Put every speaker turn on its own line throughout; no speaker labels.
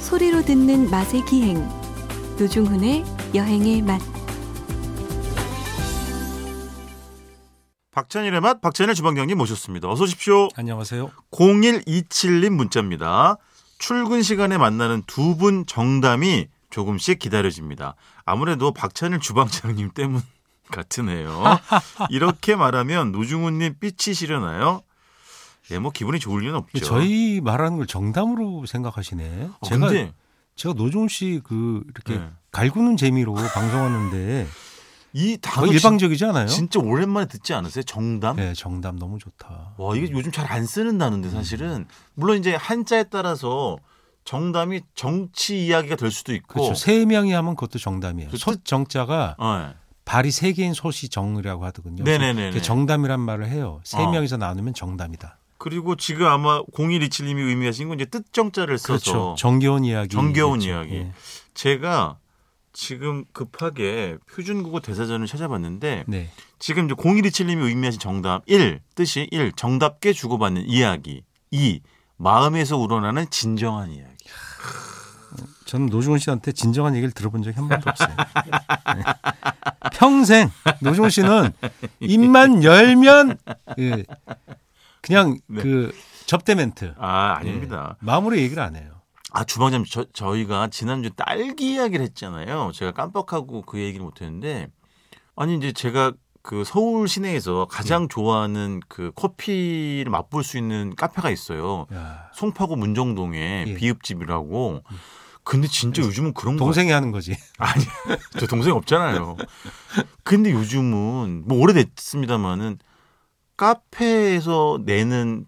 소리로 듣는 맛의 기행 노중훈의 여행의 맛
박찬일의 맛 박찬일 주방장님 모셨습니다. 어서 오십시오.
안녕하세요.
0127님 문자입니다. 출근 시간에 만나는 두 분 정담이 조금씩 기다려집니다. 아무래도 박찬일 주방장님 때문 같으네요. 이렇게 말하면 노중훈님 삐치시려나요? 예, 뭐 기분이 좋을 리는 없죠.
저희 말하는 걸 정담으로 생각하시네.
어,
제가
근데
제가 노종 씨 그 이렇게
네.
갈구는 재미로 방송하는데
이 단어
거의 일방적이지 않아요?
진, 짜 오랜만에 듣지 않으세요? 정담?
네, 정담 너무 좋다.
와 이게 요즘 잘 안 쓰는 단어인데 사실은 물론 이제 한자에 따라서 정담이 정치 이야기가 될 수도 있고
그렇죠. 세 명이 하면 그것도 정담이에요.
어. 그
솥 정자가
어,
발이 세 개인 솥이 정이라고 하거든요.
네네네네.
그래서 정담이란 말을 해요. 세
어.
명이서 나누면 정담이다.
그리고 지금 아마 0127님이 의미하신 건 이제 뜻정자를 써서
그렇죠. 정겨운 이야기. 그렇죠. 예.
정겨운 이야기. 제가 지금 급하게 표준국어 대사전을 찾아봤는데
네.
지금 이제 0127님이 의미하신 정답 1 뜻이 1 정답게 주고받는 이야기 2 마음에서 우러나는 진정한 이야기
저는 노종훈 씨한테 진정한 얘기를 들어본 적이 한 번도 없어요. 네. 평생 노종훈 씨는 입만 열면 예, 그냥
네.
그 접대 멘트.
아 아닙니다
예, 마음으로 얘기를 안 해요.
아 주방장님 저, 저희가 지난주 에 딸기 이야기를 했잖아요 제가 깜빡하고 그 얘기를 못했는데 아니 이제 제가 그 서울 시내에서 가장
네.
좋아하는 그 커피를 맛볼 수 있는 카페가 있어요
야,
송파구 문정동에
예.
비읍집이라고. 근데 진짜 요즘은 그런 거
동생이 하는 거지.
아니, 저 동생 없잖아요. 근데 요즘은 뭐 오래됐습니다만은 카페에서 내는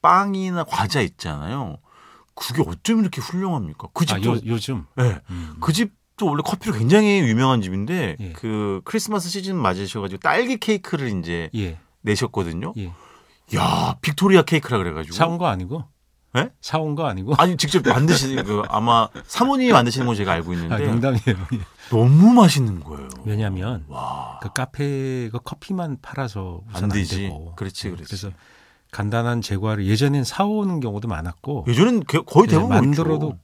빵이나 과자 있잖아요. 그게 어쩜 이렇게 훌륭합니까? 그
아,
집도
요, 요즘.
예.
음.
그 집도 원래 커피로 굉장히 유명한 집인데
예.
그 크리스마스 시즌 맞으셔가지고 딸기 케이크를 이제
예,
내셨거든요.
예.
야 빅토리아 케이크라 그래가지고
사온 거 아니고?
예?
사온 거 아니고?
아니 직접 만드시는 그 아마 사모님이 만드시는 건 제가 알고 있는데
아, 농담이에요. 예.
너무 맛있는 거예요.
왜냐하면
와.
그 카페가 커피만 팔아서 우선
안
안,
되지.
되고.
그렇지, 그렇지.
래서 간단한 제과를 예전엔 사오는 경우도 많았고
예전엔 게- 거의
네,
대부분
만들어도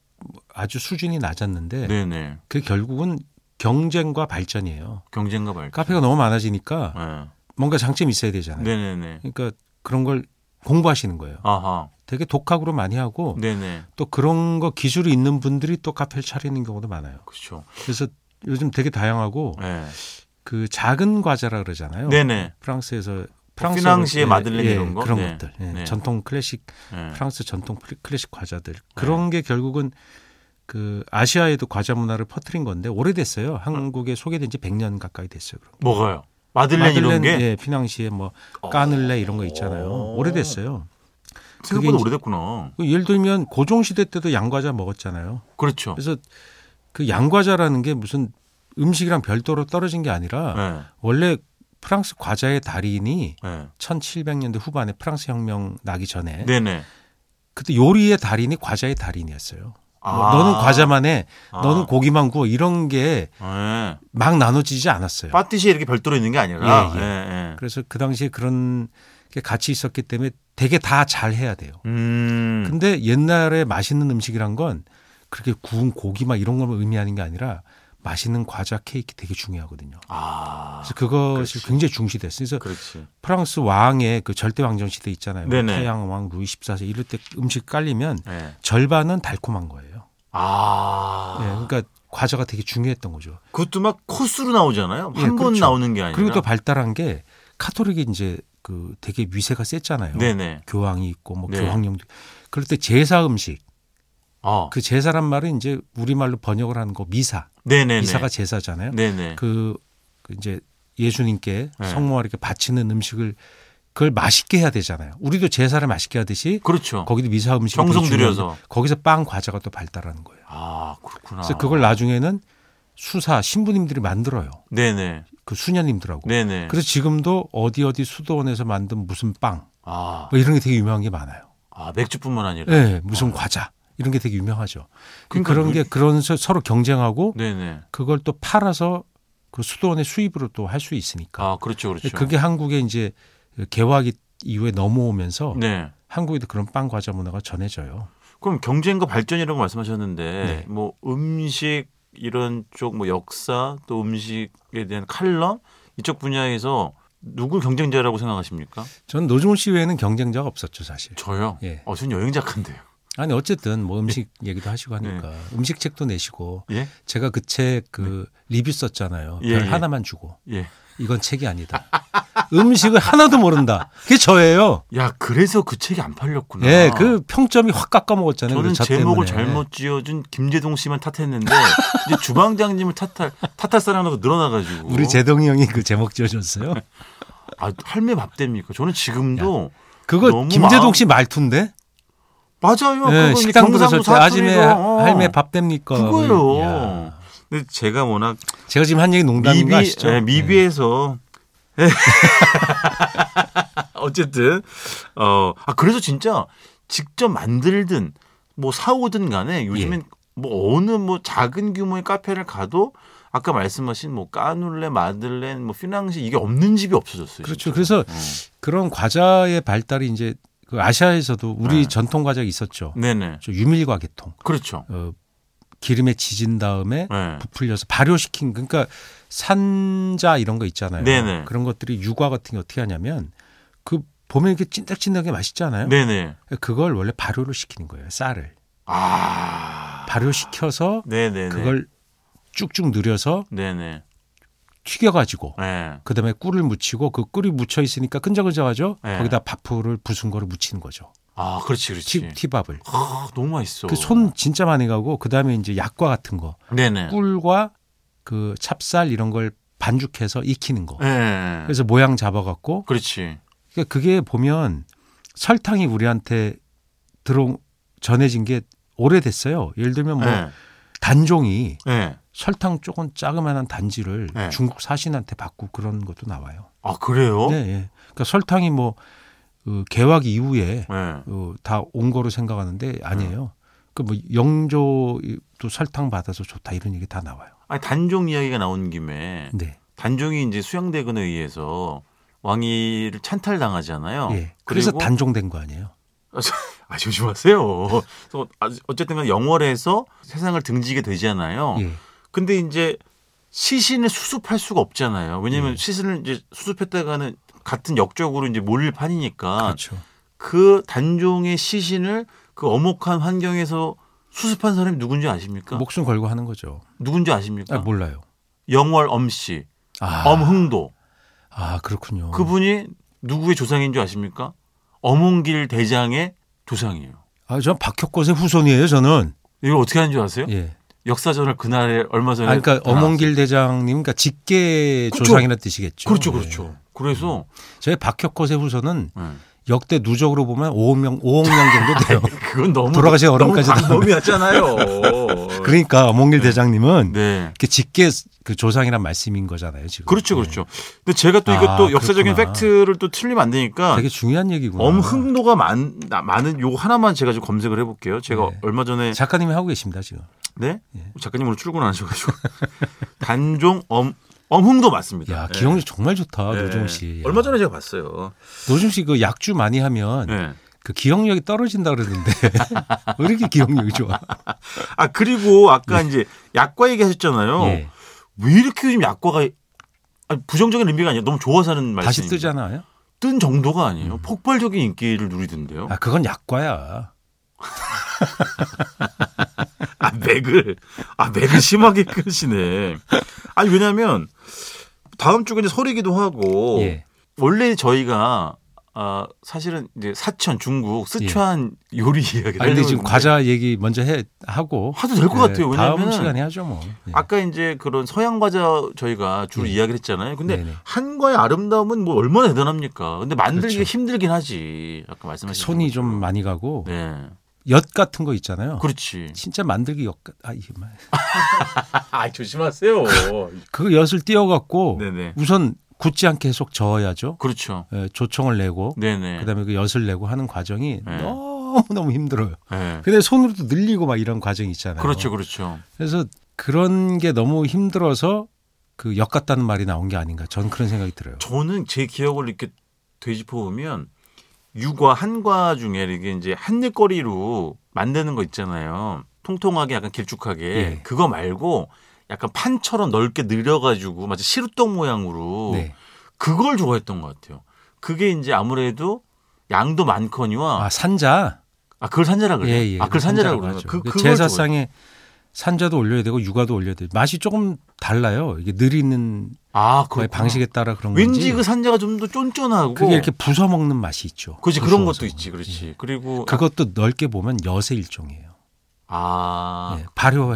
아주 수준이 낮았는데
그렇죠. 네네
그 결국은 경쟁과 발전이에요.
경쟁과 발전.
카페가 너무 많아지니까
네.
뭔가 장점이 있어야 되잖아요.
예. 네네네.
그러니까 그런 걸 공부하시는 거예요.
아하.
되게 독학으로 많이 하고
네네.
또 그런 거 기술이 있는 분들이 또 카페를 차리는 경우도 많아요.
그렇죠.
그래서 요즘 되게 다양하고
네.
그 작은 과자라 그러잖아요.
네네. 뭐
프랑스에서
피낭시에
예,
마들렌
예,
이런 거?
그런
네.
것들 예,
네.
전통 클래식
네.
프랑스 전통 플리- 클래식 과자들 그런 게 결국은 그 아시아에도 과자 문화를 퍼뜨린 건데 오래됐어요. 한국에 소개된 지 100년 가까이 됐어요. 그런 거.
뭐가요? 마들렌, 이런 게
예, 피낭시에 뭐
어.
까늘레 이런 거 있잖아요.
어.
오래됐어요.
생각보다
이제-
오래됐구나.
그 예를 들면 고종 시대 때도 양과자 먹었잖아요.
그렇죠.
그래서 그 양과자라는 게 무슨 음식이랑 별도로 떨어진 게 아니라
네.
원래 프랑스 과자의 달인이
네.
1700년대 후반에 프랑스 혁명 나기 전에
네네.
그때 요리의 달인이 과자의 달인이었어요. 뭐
아.
너는 과자만 해,
아.
너는 고기만 구워 이런 게 막
네.
나눠지지 않았어요.
파티시에 이렇게 별도로 있는 게 아니라.
예,
예,
예.
예.
그래서 그 당시에 그런 게 같이 있었기 때문에 되게 다 잘 해야 돼요.
음.
근데 옛날에 맛있는 음식이란 건 그렇게 구운 고기 막 이런 걸 의미하는 게 아니라 맛있는 과자 케이크 되게 중요하거든요.
아.
그래서 그것이
그렇지.
굉장히 중시됐어요. 그래서
그렇지.
프랑스 왕의 그 절대 왕정 시대 있잖아요.
네네.
태양 왕 루이 14세 이럴 때 음식 깔리면
네.
절반은 달콤한 거예요.
아.
예, 그러니까 과자가 되게 중요했던 거죠.
그것도 막 코스로 나오잖아요.
예,
한 번
그렇죠.
나오는 게 아니라.
그리고 또 발달한 게 카톨릭이 이제 그 되게 위세가 셌잖아요.
네네.
교황이 있고 뭐
네.
교황령도. 그럴 때 제사 음식.
아.
그 제사란 말은 이제 우리말로 번역을 하는 거 미사.
네네네.
미사가 제사잖아요.
네네.
그, 그 이제 예수님께
네.
성모와 이렇게 바치는 음식을 그걸 맛있게 해야 되잖아요. 우리도 제사를 맛있게 하듯이
그, 렇죠
거기도 미사 음식
정성 들여서.
거기서 빵 과자가 또 발달하는 거예요.
아 그렇구나.
그래서 그걸 나중에는 수사 신부님들이 만들어요.
네네.
그 수녀님들하고.
네네.
그래서 지금도 어디 어디 수도원에서 만든 무슨 빵
아,
뭐 이런 게 되게 유명한 게 많아요.
아 맥주뿐만 아니라.
예, 무슨 과자 이런 게 되게 유명하죠. 그
그러니까
그런 게 그런 서- 서로 경쟁하고
네네.
그걸 또 팔아서 그 수도원의 수입으로 또 할 수 있으니까. 예,
아 그렇죠 그렇죠.
네, 그게 한국에 이제 개화기 이후에 넘어오면서
네.
한국에도 그런 빵 과자 문화가 전해져요.
그럼 경쟁과 발전이라고
네.
말씀하셨는데 뭐 음식 이런 쪽 뭐 역사 또 음식에 대한 칼럼 이쪽 분야에서 누구 경쟁자라고 생각하십니까?
전 노중훈 씨 외에는 경쟁자가 없었죠 사실.
저요.
예.
어, 전 여행 작가인데요.
아니 어쨌든 뭐 음식
네.
얘기도 하시고 하니까 음식 책도 내시고
예,
제가 그 책 그 리뷰 썼잖아요.
네. 예,
별
예.
하나만 주고
예.
이건 책이 아니다. 음식을 하나도 모른다. 그게 저예요.
야, 그래서 그 책이 안 팔렸구나.
예, 그 평점이 확 깎아 먹었잖아요.
아. 저는
그 자
제목을
때문에.
잘못 지어준 김재동 씨만 탓했는데 이제 주방장님을 탓할 탓할 사람이 더 늘어나가지고
우리 제동이 형이 그 제목 지어줬어요.
아, 할매 밥대입니까? 저는 지금도
그거
너무
김재동
마음-
씨 말투인데.
맞아요.
예,
그거 이제
식당 들어설
경상도
때 아침에
사투리로 어.
할매 밥 됩니까? 뭐
그거예요.
야.
근데 제가 워낙
제가 지금 한 얘기 농담인 거
미비
아시죠?
예, 미비해서 예. 어쨌든 어, 아 그래서 진짜 직접 만들든 뭐 사오든 간에 요즘엔
예.
뭐 어느 뭐 작은 규모의 카페를 가도 아까 말씀하신 뭐 까눌레, 마들렌, 뭐 피낭시 이게 없는 집이 없어졌어요.
그렇죠.
진짜.
그래서
어.
그런 과자의 발달이 이제 그 아시아에서도 우리
네.
전통 과자가 있었죠.
네네.
저 유밀과 계통.
그렇죠.
어, 기름에 지진 다음에
네.
부풀려서 발효시킨 그러니까 산자 이런 거 있잖아요.
네네.
그런 것들이 유과 같은 게 어떻게 하냐면 그 보면 이렇게 찐득찐득하게 맛있잖아요.
네네.
그걸 원래 발효를 시키는 거예요. 쌀을
아.
발효시켜서
네네네.
그걸 쭉쭉 늘려서
네네.
튀겨가지고
네.
그다음에 꿀을 묻히고 그 꿀이 묻혀 있으니까 끈적끈적하죠.
네.
거기다 밥풀을 부순 거를 묻히는 거죠.
아, 그렇지,
티,
그렇지.
티밥을.
아, 너무 맛있어.
그 손 진짜 많이 가고 그다음에 이제 약과 같은 거
네네.
꿀과 그 찹쌀 이런 걸 반죽해서 익히는 거.
네.
그래서 모양 잡아갖고
그렇지.
그러니까 그게 보면 설탕이 우리한테 들어 전해진 게 오래됐어요. 예를 들면 뭐
네.
단종이
네.
설탕 조금 짜그만한 단지를
네.
중국 사신한테 받고 그런 것도 나와요.
아 그래요?
네, 예. 그러니까 설탕이 뭐 어, 개화 이후에
네.
어, 다온 거로 생각하는데 아니에요.
음.
그 뭐 영조 또 설탕 받아서 좋다 이런 얘기 다 나와요.
아니 단종 이야기가 나온 김에
네.
단종이 이제 수양대군에 의해서 왕위를 찬탈당하잖아요.
예. 그래서
어, 그리고- 단종된
단종된 거 아니에요.
아 조심하세요. 그래서 아, 어쨌든 영월에서 세상을 등지게 되잖아요.
예.
근데 이제 시신을 수습할 수가 없잖아요. 왜냐하면
예.
시신을 이제 수습했다가는 같은 역적으로 이제 몰릴 판이니까
그렇죠.
그 단종의 시신을 그 엄혹한 환경에서 수습한 사람이 누군지 아십니까?
목숨 걸고 하는 거죠.
누군지 아십니까?
아, 몰라요.
영월 엄씨,
아,
엄흥도
아 그렇군요.
뭐 그분이 누구의 조상인 줄 아십니까? 엄홍길 대장의 조상이에요.
아, 전 박혁것의 후손이에요, 저는.
이걸 어떻게 하는 줄 아세요?
예.
역사전을 그날에 얼마 전에
아, 그러니까
다
엄원길 대장님, 그러니까 직계
그렇죠.
조상이라는 뜻이겠죠.
나왔어요. 그렇죠,
예. 음.
그렇죠. 그래서
저희 박혁것의 후손은
예.
역대 누적으로 보면 5억 명, 5억 명
네,
정도 돼요.
그건 너무
돌아가신 어른까지
너무
다
방법이었잖아요.
그러니까 엄원길 대장님은
네.
이렇게 직계 그 조상이란 말씀인 거잖아요, 지금.
그렇죠,
예.
그렇죠. 근데 제가 또 이것도
아,
역사적인
그렇구나.
팩트를 또 틀리면 안 되니까
예. 되게 중요한 얘기구나.
엄흥도가 많, 나- 많은 요 하나만 제가 좀 검색을 해볼게요. 제가
네.
얼마 전에
작가님이 하고 계십니다, 지금.
네?
예.
작가님 오늘 출근 안 하셔가지고 단종 엄 엄흥도 맞습니다.
야,
예.
기억력 정말 좋다,
예.
노중 씨. 야.
얼마 전에 제가 봤어요.
노중 씨그 약주 많이 하면
예.
그 기억력이 떨어진다 그러는데 왜 이렇게 기억력이 좋아?
아 그리고 아까 이제 약과 얘기하셨잖아요.
네. 예.
왜 이렇게 요즘 약과가 아니, 부정적인 의미가 아니라 너무 좋아서 하는 말씀.
다시 뜨잖아요.
뜬 정도가 아니에요. 폭발적인 인기를 누리던데요.
아, 그건 약과야.
아 맥을 아 맥을 심하게 끄시네. 아니 왜냐하면 다음 주가 이제 설이기도 하고
예.
원래 저희가 아, 사실은 이제 사천 중국 스촨 요리 이야기를
예. 아니, 근데
하려고
지금
했는데
과자 얘기 먼저 해 하고
네. 하도 될 것
예,
같아요.
다음
왜냐하면
시간에 하죠, 뭐. 예.
아까 이제 그런 서양 과자 저희가 주로
예.
이야기를 했잖아요. 근데
네네.
한과의 아름다움은 뭐 얼마나 대단합니까? 근데 만들기가
그렇죠. 그
힘들긴 하지. 아까 말씀하신
손이 좀
것처럼.
많이 가고
그렇죠. 네.
엿 같은 거 있잖아요.
그렇지.
진짜 만들기 엿 같- 아, 이게 말.
아, 조심하세요.
그 엿을 띄워 갖고
네네.
우선 굳지 않게 계속 저어야죠.
그렇죠.
예, 조청을 내고
네네.
그다음에 그 엿을 내고 하는 과정이
네.
너무 너무 힘들어요.
네.
근데 손으로도 늘리고 막 이런 과정이 있잖아요.
그렇죠, 그렇죠.
그래서 그런 게 너무 힘들어서 그 역 같다는 말이 나온 게 아닌가. 전 그런 생각이 들어요.
저는 제 기억을 이렇게 되짚어 보면 유과 한과 중에 이게 이제 한입거리로 만드는 거 있잖아요. 통통하게 약간 길쭉하게
예.
그거 말고 약간 판처럼 넓게 늘려가지고 마치 시루떡 모양으로
네.
그걸 좋아했던 것 같아요. 그게 이제 아무래도 양도 많거니와
아 산자.
아 그걸 산자라 그래요.
예, 예.
아 그걸 산자라고
산자라고
그러죠.
하죠.
그
근데
그걸 좋아해요.
제사상에 산자도 올려야 되고 육아도 올려야 돼. 맛이 조금 달라요. 이게 느리는
아
거의
그
네, 방식에 따라 그런 건지.
왠지 그 산자가 좀 더 쫀쫀하고
그게 이렇게 부숴 먹는 맛이 있죠.
그렇지 그런
부숴서.
것도 있지 그렇지 그리고
그것도 넓게 보면 엿의 일종이에요.
아
예,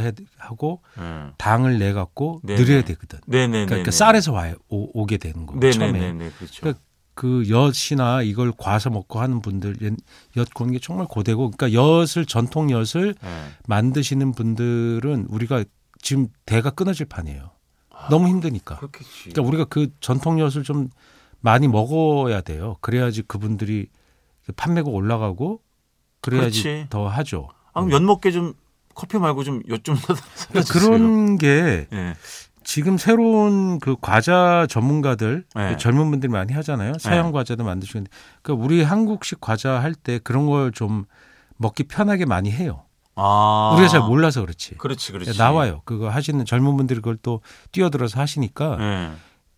발효하고
예.
당을 내 갖고
네,
늘여야
네.
되거든.
네네네
그러니까 그 쌀에서 와, 오, 오게 되는 거예요. 처음에.
네네네네 그렇죠
그러니까 그 엿이나 이걸 과서 먹고 하는 분들 옛- 엿 구는 게 정말 고되고 그러니까 엿을 전통 엿을
예.
만드시는 분들은 우리가 지금 대가 끊어질 판이에요. 너무 힘드니까.
그렇겠지
그러니까 우리가 그 전통 엿을 좀 많이 먹어야 돼요. 그래야지 그분들이 판매가 올라가고 그래야지
그렇지.
더 하죠.
아, 그럼 엿 먹게 좀 커피 말고 좀 엿 좀 사다
네. 그러니까 그런 게
예.
지금 새로운 그 과자 전문가들 그
네.
젊은 분들이 많이 하잖아요. 서양
네.
과자도 만드시는데 그러니까 우리 한국식 과자 할 때 그런 걸 좀 먹기 편하게 많이 해요.
아
우리가 잘 몰라서 그렇지.
그렇지 그렇지
나와요. 그거 하시는 젊은 분들이 그걸 또 뛰어들어서 하시니까
예.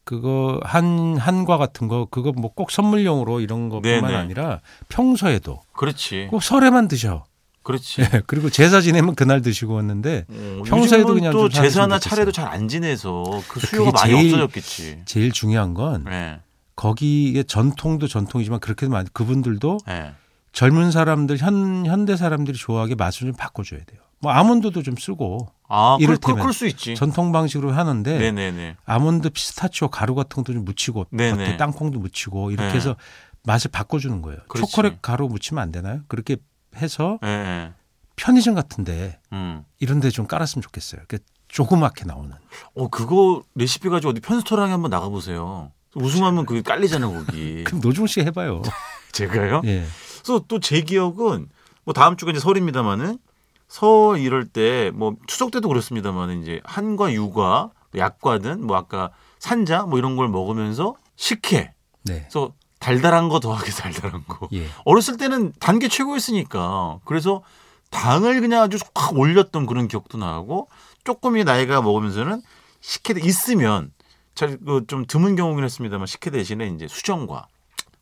그거 한 한과 같은 거 그거 뭐 꼭 선물용으로 이런 것뿐만
네네. 네.
아니라 평소에도
그렇지
꼭 설에만 드셔.
그렇지
예, 그리고 제사 지내면 그날 드시고 왔는데
어,
평소에도
요즘은
그냥
또
좀 사셨으면
제사나
좋겠어요.
차례도 잘 안 지내서 그
그게
수요가 많이
제일-
없어졌겠지
제일 중요한 건
예.
거기에 전통도 전통이지만 그렇게 많이 그분들도
예.
젊은 사람들 현 현대 사람들이 좋아하게 맛을 좀 바꿔줘야 돼요. 뭐 아몬드도 좀 쓰고
아 그럴,
이를테면
그럴, 그럴 수 있지
전통 방식으로 하는데
네네네
아몬드 피스타치오 가루 같은 것도 좀 묻히고
네네.
겉에 땅콩도 묻히고 이렇게
네.
해서 맛을 바꿔주는 거예요.
그렇지.
초콜릿 가루 묻히면 안 되나요? 그렇게 해서
예, 예.
편의점 같은데
음.
이런데 좀 깔았으면 좋겠어요. 이렇게 조그맣게 나오는.
어 그거 레시피 가지고 어디 편스토랑에 한번 나가 보세요. 우승하면 그게 깔리잖아 거기.
그럼 노중 씨 해봐요.
제가요?
예.
그래서 또 제 기억은 뭐 다음 주가 이제 설입니다만은 설 이럴 때 뭐 추석 때도 그렇습니다만은 이제 한과 유과, 약과든 뭐 아까 산자 뭐 이런 걸 먹으면서 식혜.
네.
그래서 달달한 거 더하게 달달한 거.
예.
어렸을 때는 단 게 최고였으니까 그래서 당을 그냥 아주 확 올렸던 그런 기억도 나고 조금이 나이가 먹으면서는 식혜 있으면 잘그 좀 드문 경우긴 했습니다만 식혜 대신에 이제 수정과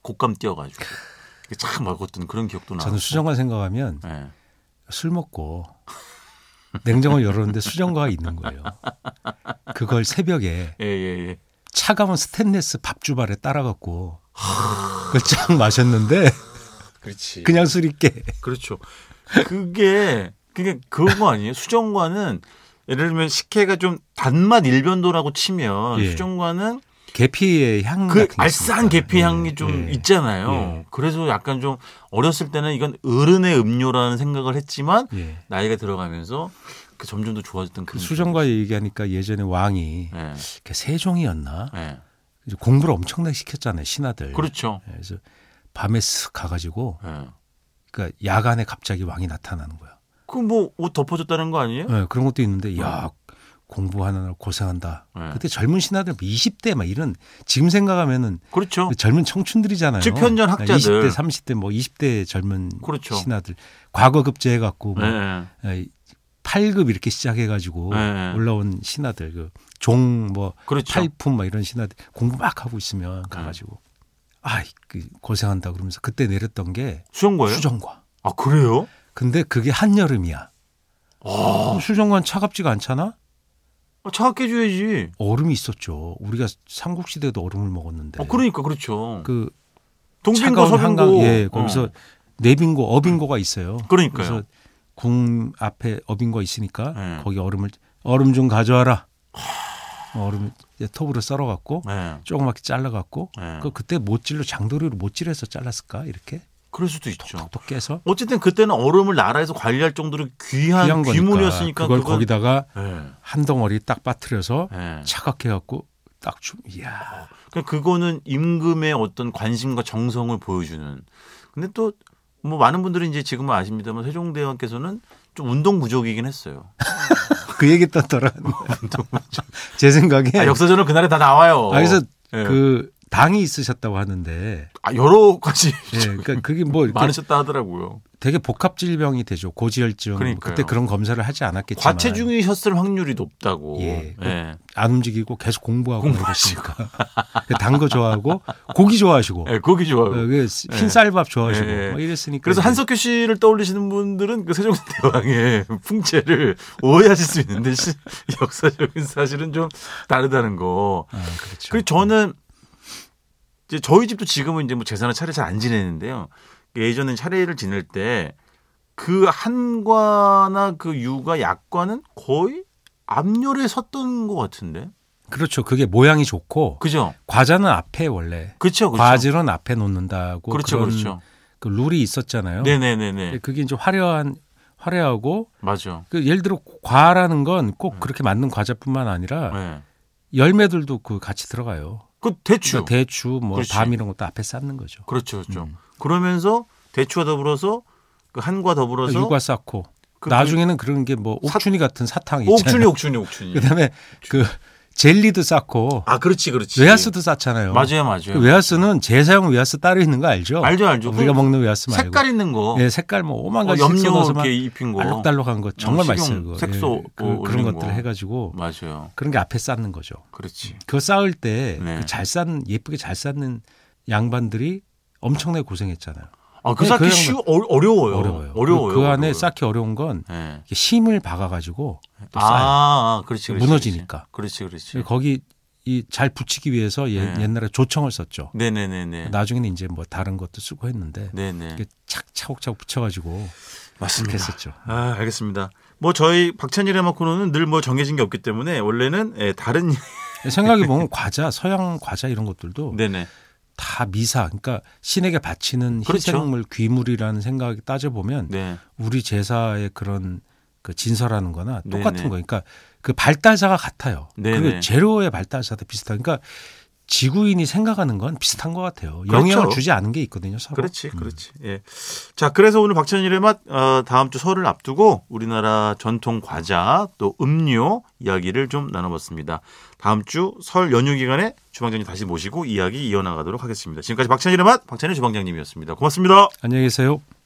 곶감 띄어가지고 이게 참 먹었던 그런 기억도 나고
저는 수정관 생각하면
예.
술 먹고 냉장고를 열었는데 수정과가 있는 거예요. 그걸 새벽에
예, 예, 예.
차가운 스탠레스 밥주발에 따라갖고 그걸 쫙 마셨는데
그렇지.
그냥 술 있게.
그렇죠. 그게 그게 그거 아니에요? 수정과는 예를 들면 식혜가 좀 단맛 일변도라고 치면
예.
수정과는
계피의 향
그
같은 게
알싸한
있으니까.
계피
예,
향이 좀
예.
있잖아요.
예.
그래서 약간 좀 어렸을 때는 이건 어른의 음료라는 생각을 했지만
예.
나이가 들어가면서 그 점점 더 좋아졌던
그
그
수정과 얘기하니까 예전에 왕이
예.
그 세종이었나
예.
이제 공부를 엄청나게 시켰잖아요 신하들.
그렇죠.
예, 그래서 밤에 쓱 가가지고
예.
그러니까 야간에 갑자기 왕이 나타나는 거야.
그뭐옷 덮어줬다는 거 아니에요?
예, 그런 것도 있는데 야 공부하느라 고생한다.
예.
그때 젊은 신하들 20대 막 이런 지금 생각하면은
그렇죠.
젊은 청춘들이잖아요.
즉, 현존 학자들.
20대, 30대 뭐 20대 젊은
그렇죠.
신하들 과거 급제해 갖고 뭐
예.
에, 8급 이렇게 시작해가지고
네.
올라온 신하들 그 종 뭐
그렇죠. 네.
팔품 막 이런 신하들 공부 막 하고 있으면 가가지고 아이 그 고생한다 그러면서 그때 내렸던 게
수정과예요?
수정과.
아 그래요?
근데 그게 한 여름이야. 네.
아
수정관 차갑지가 않잖아.
차갑게 해줘야지.
얼음이 있었죠. 우리가 삼국 시대도 얼음을 먹었는데.
아 그러니까 그렇죠.
네. 그
동빙고 어.
차가운 한강
서빙고
예 거기서 내빙고 어빙고가 있어요.
그러니까요.
그래서 궁 앞에 어빙고 있으니까
네.
거기 얼음을 얼음 좀 가져와라. 얼음 이제 톱으로 썰어 갖고
어. 예.
조그맣게 잘라 갖고
네.
그 그때 못질로 장도리로 못질해서 잘랐을까 이렇게
그럴 수도 있죠.
톡 깨서
어쨌든 그때는 얼음을 나라에서 관리할 정도로
귀한
귀한
거니까
귀물이었으니까
그걸
그건-
거기다가
예.
한 덩어리 딱 빠뜨려서
예.
차갑게 해 갖고 딱 주. 이야.
그러니까 그거는 임금의 어떤 관심과 정성을 보여주는. 근데 또 뭐 많은 분들이 이제 지금은 아십니다만 세종대왕께서는 좀 운동 부족이긴 했어요. 어,
그 얘기 떴더라. 제 생각에
아, 역사전은 그날에 다 나와요.
네. 아, 그래서
예.
그 당이 있으셨다고 하는데
아, 여러 가지
예, 그러니까 그게 뭐 이렇게
많으셨다 하더라고요.
되게 복합 질병이 되죠. 고지혈증. 뭐
그러니까요.
그때 그런 검사를 하지 않았겠지만
과체중이셨을 확률이 높다고.
예.
예.
안 움직이고 계속 공부하고 그러시니까 단 거 좋아하고 고기 좋아하시고
예, 거기 좋아요.
어, 그 흰쌀밥 좋아하시고
예, 예.
막 이랬으니까
그래서
이제
한석규 씨를 떠올리시는 분들은 그 세종대왕의 풍채를 오해하실 수 있는데 시- 역사적인 사실은 좀 다르다는 거.
아, 그렇죠.
그리고 저는 이제 저희 집도 지금은 이제 뭐 제사나 차례 잘 안 지내는데요. 예전엔 차례를 지낼 때 그 한과나 그 유가 약과는 거의 앞열에 섰던 것 같은데.
그렇죠. 그게 모양이 좋고
그죠?
과자는 앞에 원래
그렇죠. 그렇죠.
과질은 앞에 놓는다고
그렇죠.
런
그렇죠.
룰이 있었잖아요. 예.
네네네네.
그게 이제 화려한 화려하고
맞아.
그 예를 들어 과라는 건 꼭 그렇게 만든 과자뿐만 아니라
네.
열매들도 그 같이 들어가요.
그 대추.
그러니까 대추, 뭐
그렇지.
밤 이런 것도 앞에 쌓는 거죠.
그렇죠, 그렇죠.
음.
그러면서 대추와 더불어서 그 한과 더불어서
육과 쌓고
그
나중에는 그런 게 뭐
사-
옥춘이 같은 사탕 있잖아요.
옥춘이 옥춘이 옥춘이.
그다음에 그 젤리도 쌓고
아, 그렇지, 그렇지.
외화스도 쌓잖아요.
맞아요,
그
맞아요.
외화스는 재사용 외화스 따로 있는 거 알죠?
알죠, 알죠.
우리가
그
먹는 외화스 말고
색깔 있는 거.
예, 색깔 뭐 오만
어,
가지
염료
넣어서 막
이렇게 입힌 거.
알록달록한 거 정말
식용
맛있어요. 그거.
색소
예,
뭐
그,
올리는
런 것들을
거.
해가지고
맞아요.
그런 게 앞에 쌓는 거죠.
그렇지.
그거 쌓을 때그
네.
잘 쌓는 예쁘게 잘 쌓는 양반들이 엄청나게 고생했잖아요.
아, 그
네,
쌓기
그
쉬 어, 어려워요.
어려워요.
어려워요.
그, 그 안에
어려워요.
쌓기 어려운 건
예.
이렇게 힘을 박아가지고 또 쌓아요.
아, 아, 그렇지, 그렇지.
무너지니까.
그렇지, 그렇지.
거기 이 잘 붙이기 위해서 예-
네.
옛날에 조청을 썼죠.
네네네네.
나중에는 이제 뭐 다른 것도 쓰고 했는데
네네.
이렇게 착 차곡차곡 붙여가지고
맞습니다.
그렇게 했었죠.
아, 알겠습니다. 뭐 저희 박찬일의 마코노는 늘 뭐 정해진 게 없기 때문에 원래는 예, 다른
생각해 보면 과자, 서양 과자 이런 것들도
네네.
다 미사, 그러니까 신에게 바치는
그렇죠.
희생물 귀물이라는 생각이 따져 보면
네.
우리 제사의 그런 그 진설하는 거나
네네.
똑같은 거예요. 그러니까 그 발달사가 같아요.
네네.
그 제로의 발달사도 비슷한. 그러니까 지구인이 생각하는 건 비슷한 것 같아요.
그렇죠.
영향을 주지 않은 게 있거든요. 서로.
그렇지, 그렇지. 예. 자, 그래서 오늘 박찬일의 맛 어, 다음 주 설을 앞두고 우리나라 전통 과자 또 음료 이야기를 좀 나눠봤습니다. 다음 주 설 연휴 기간에 주방장님 다시 모시고 이야기 이어나가도록 하겠습니다. 지금까지 박찬일의 맛 박찬일 주방장님이었습니다. 고맙습니다.
안녕히 계세요.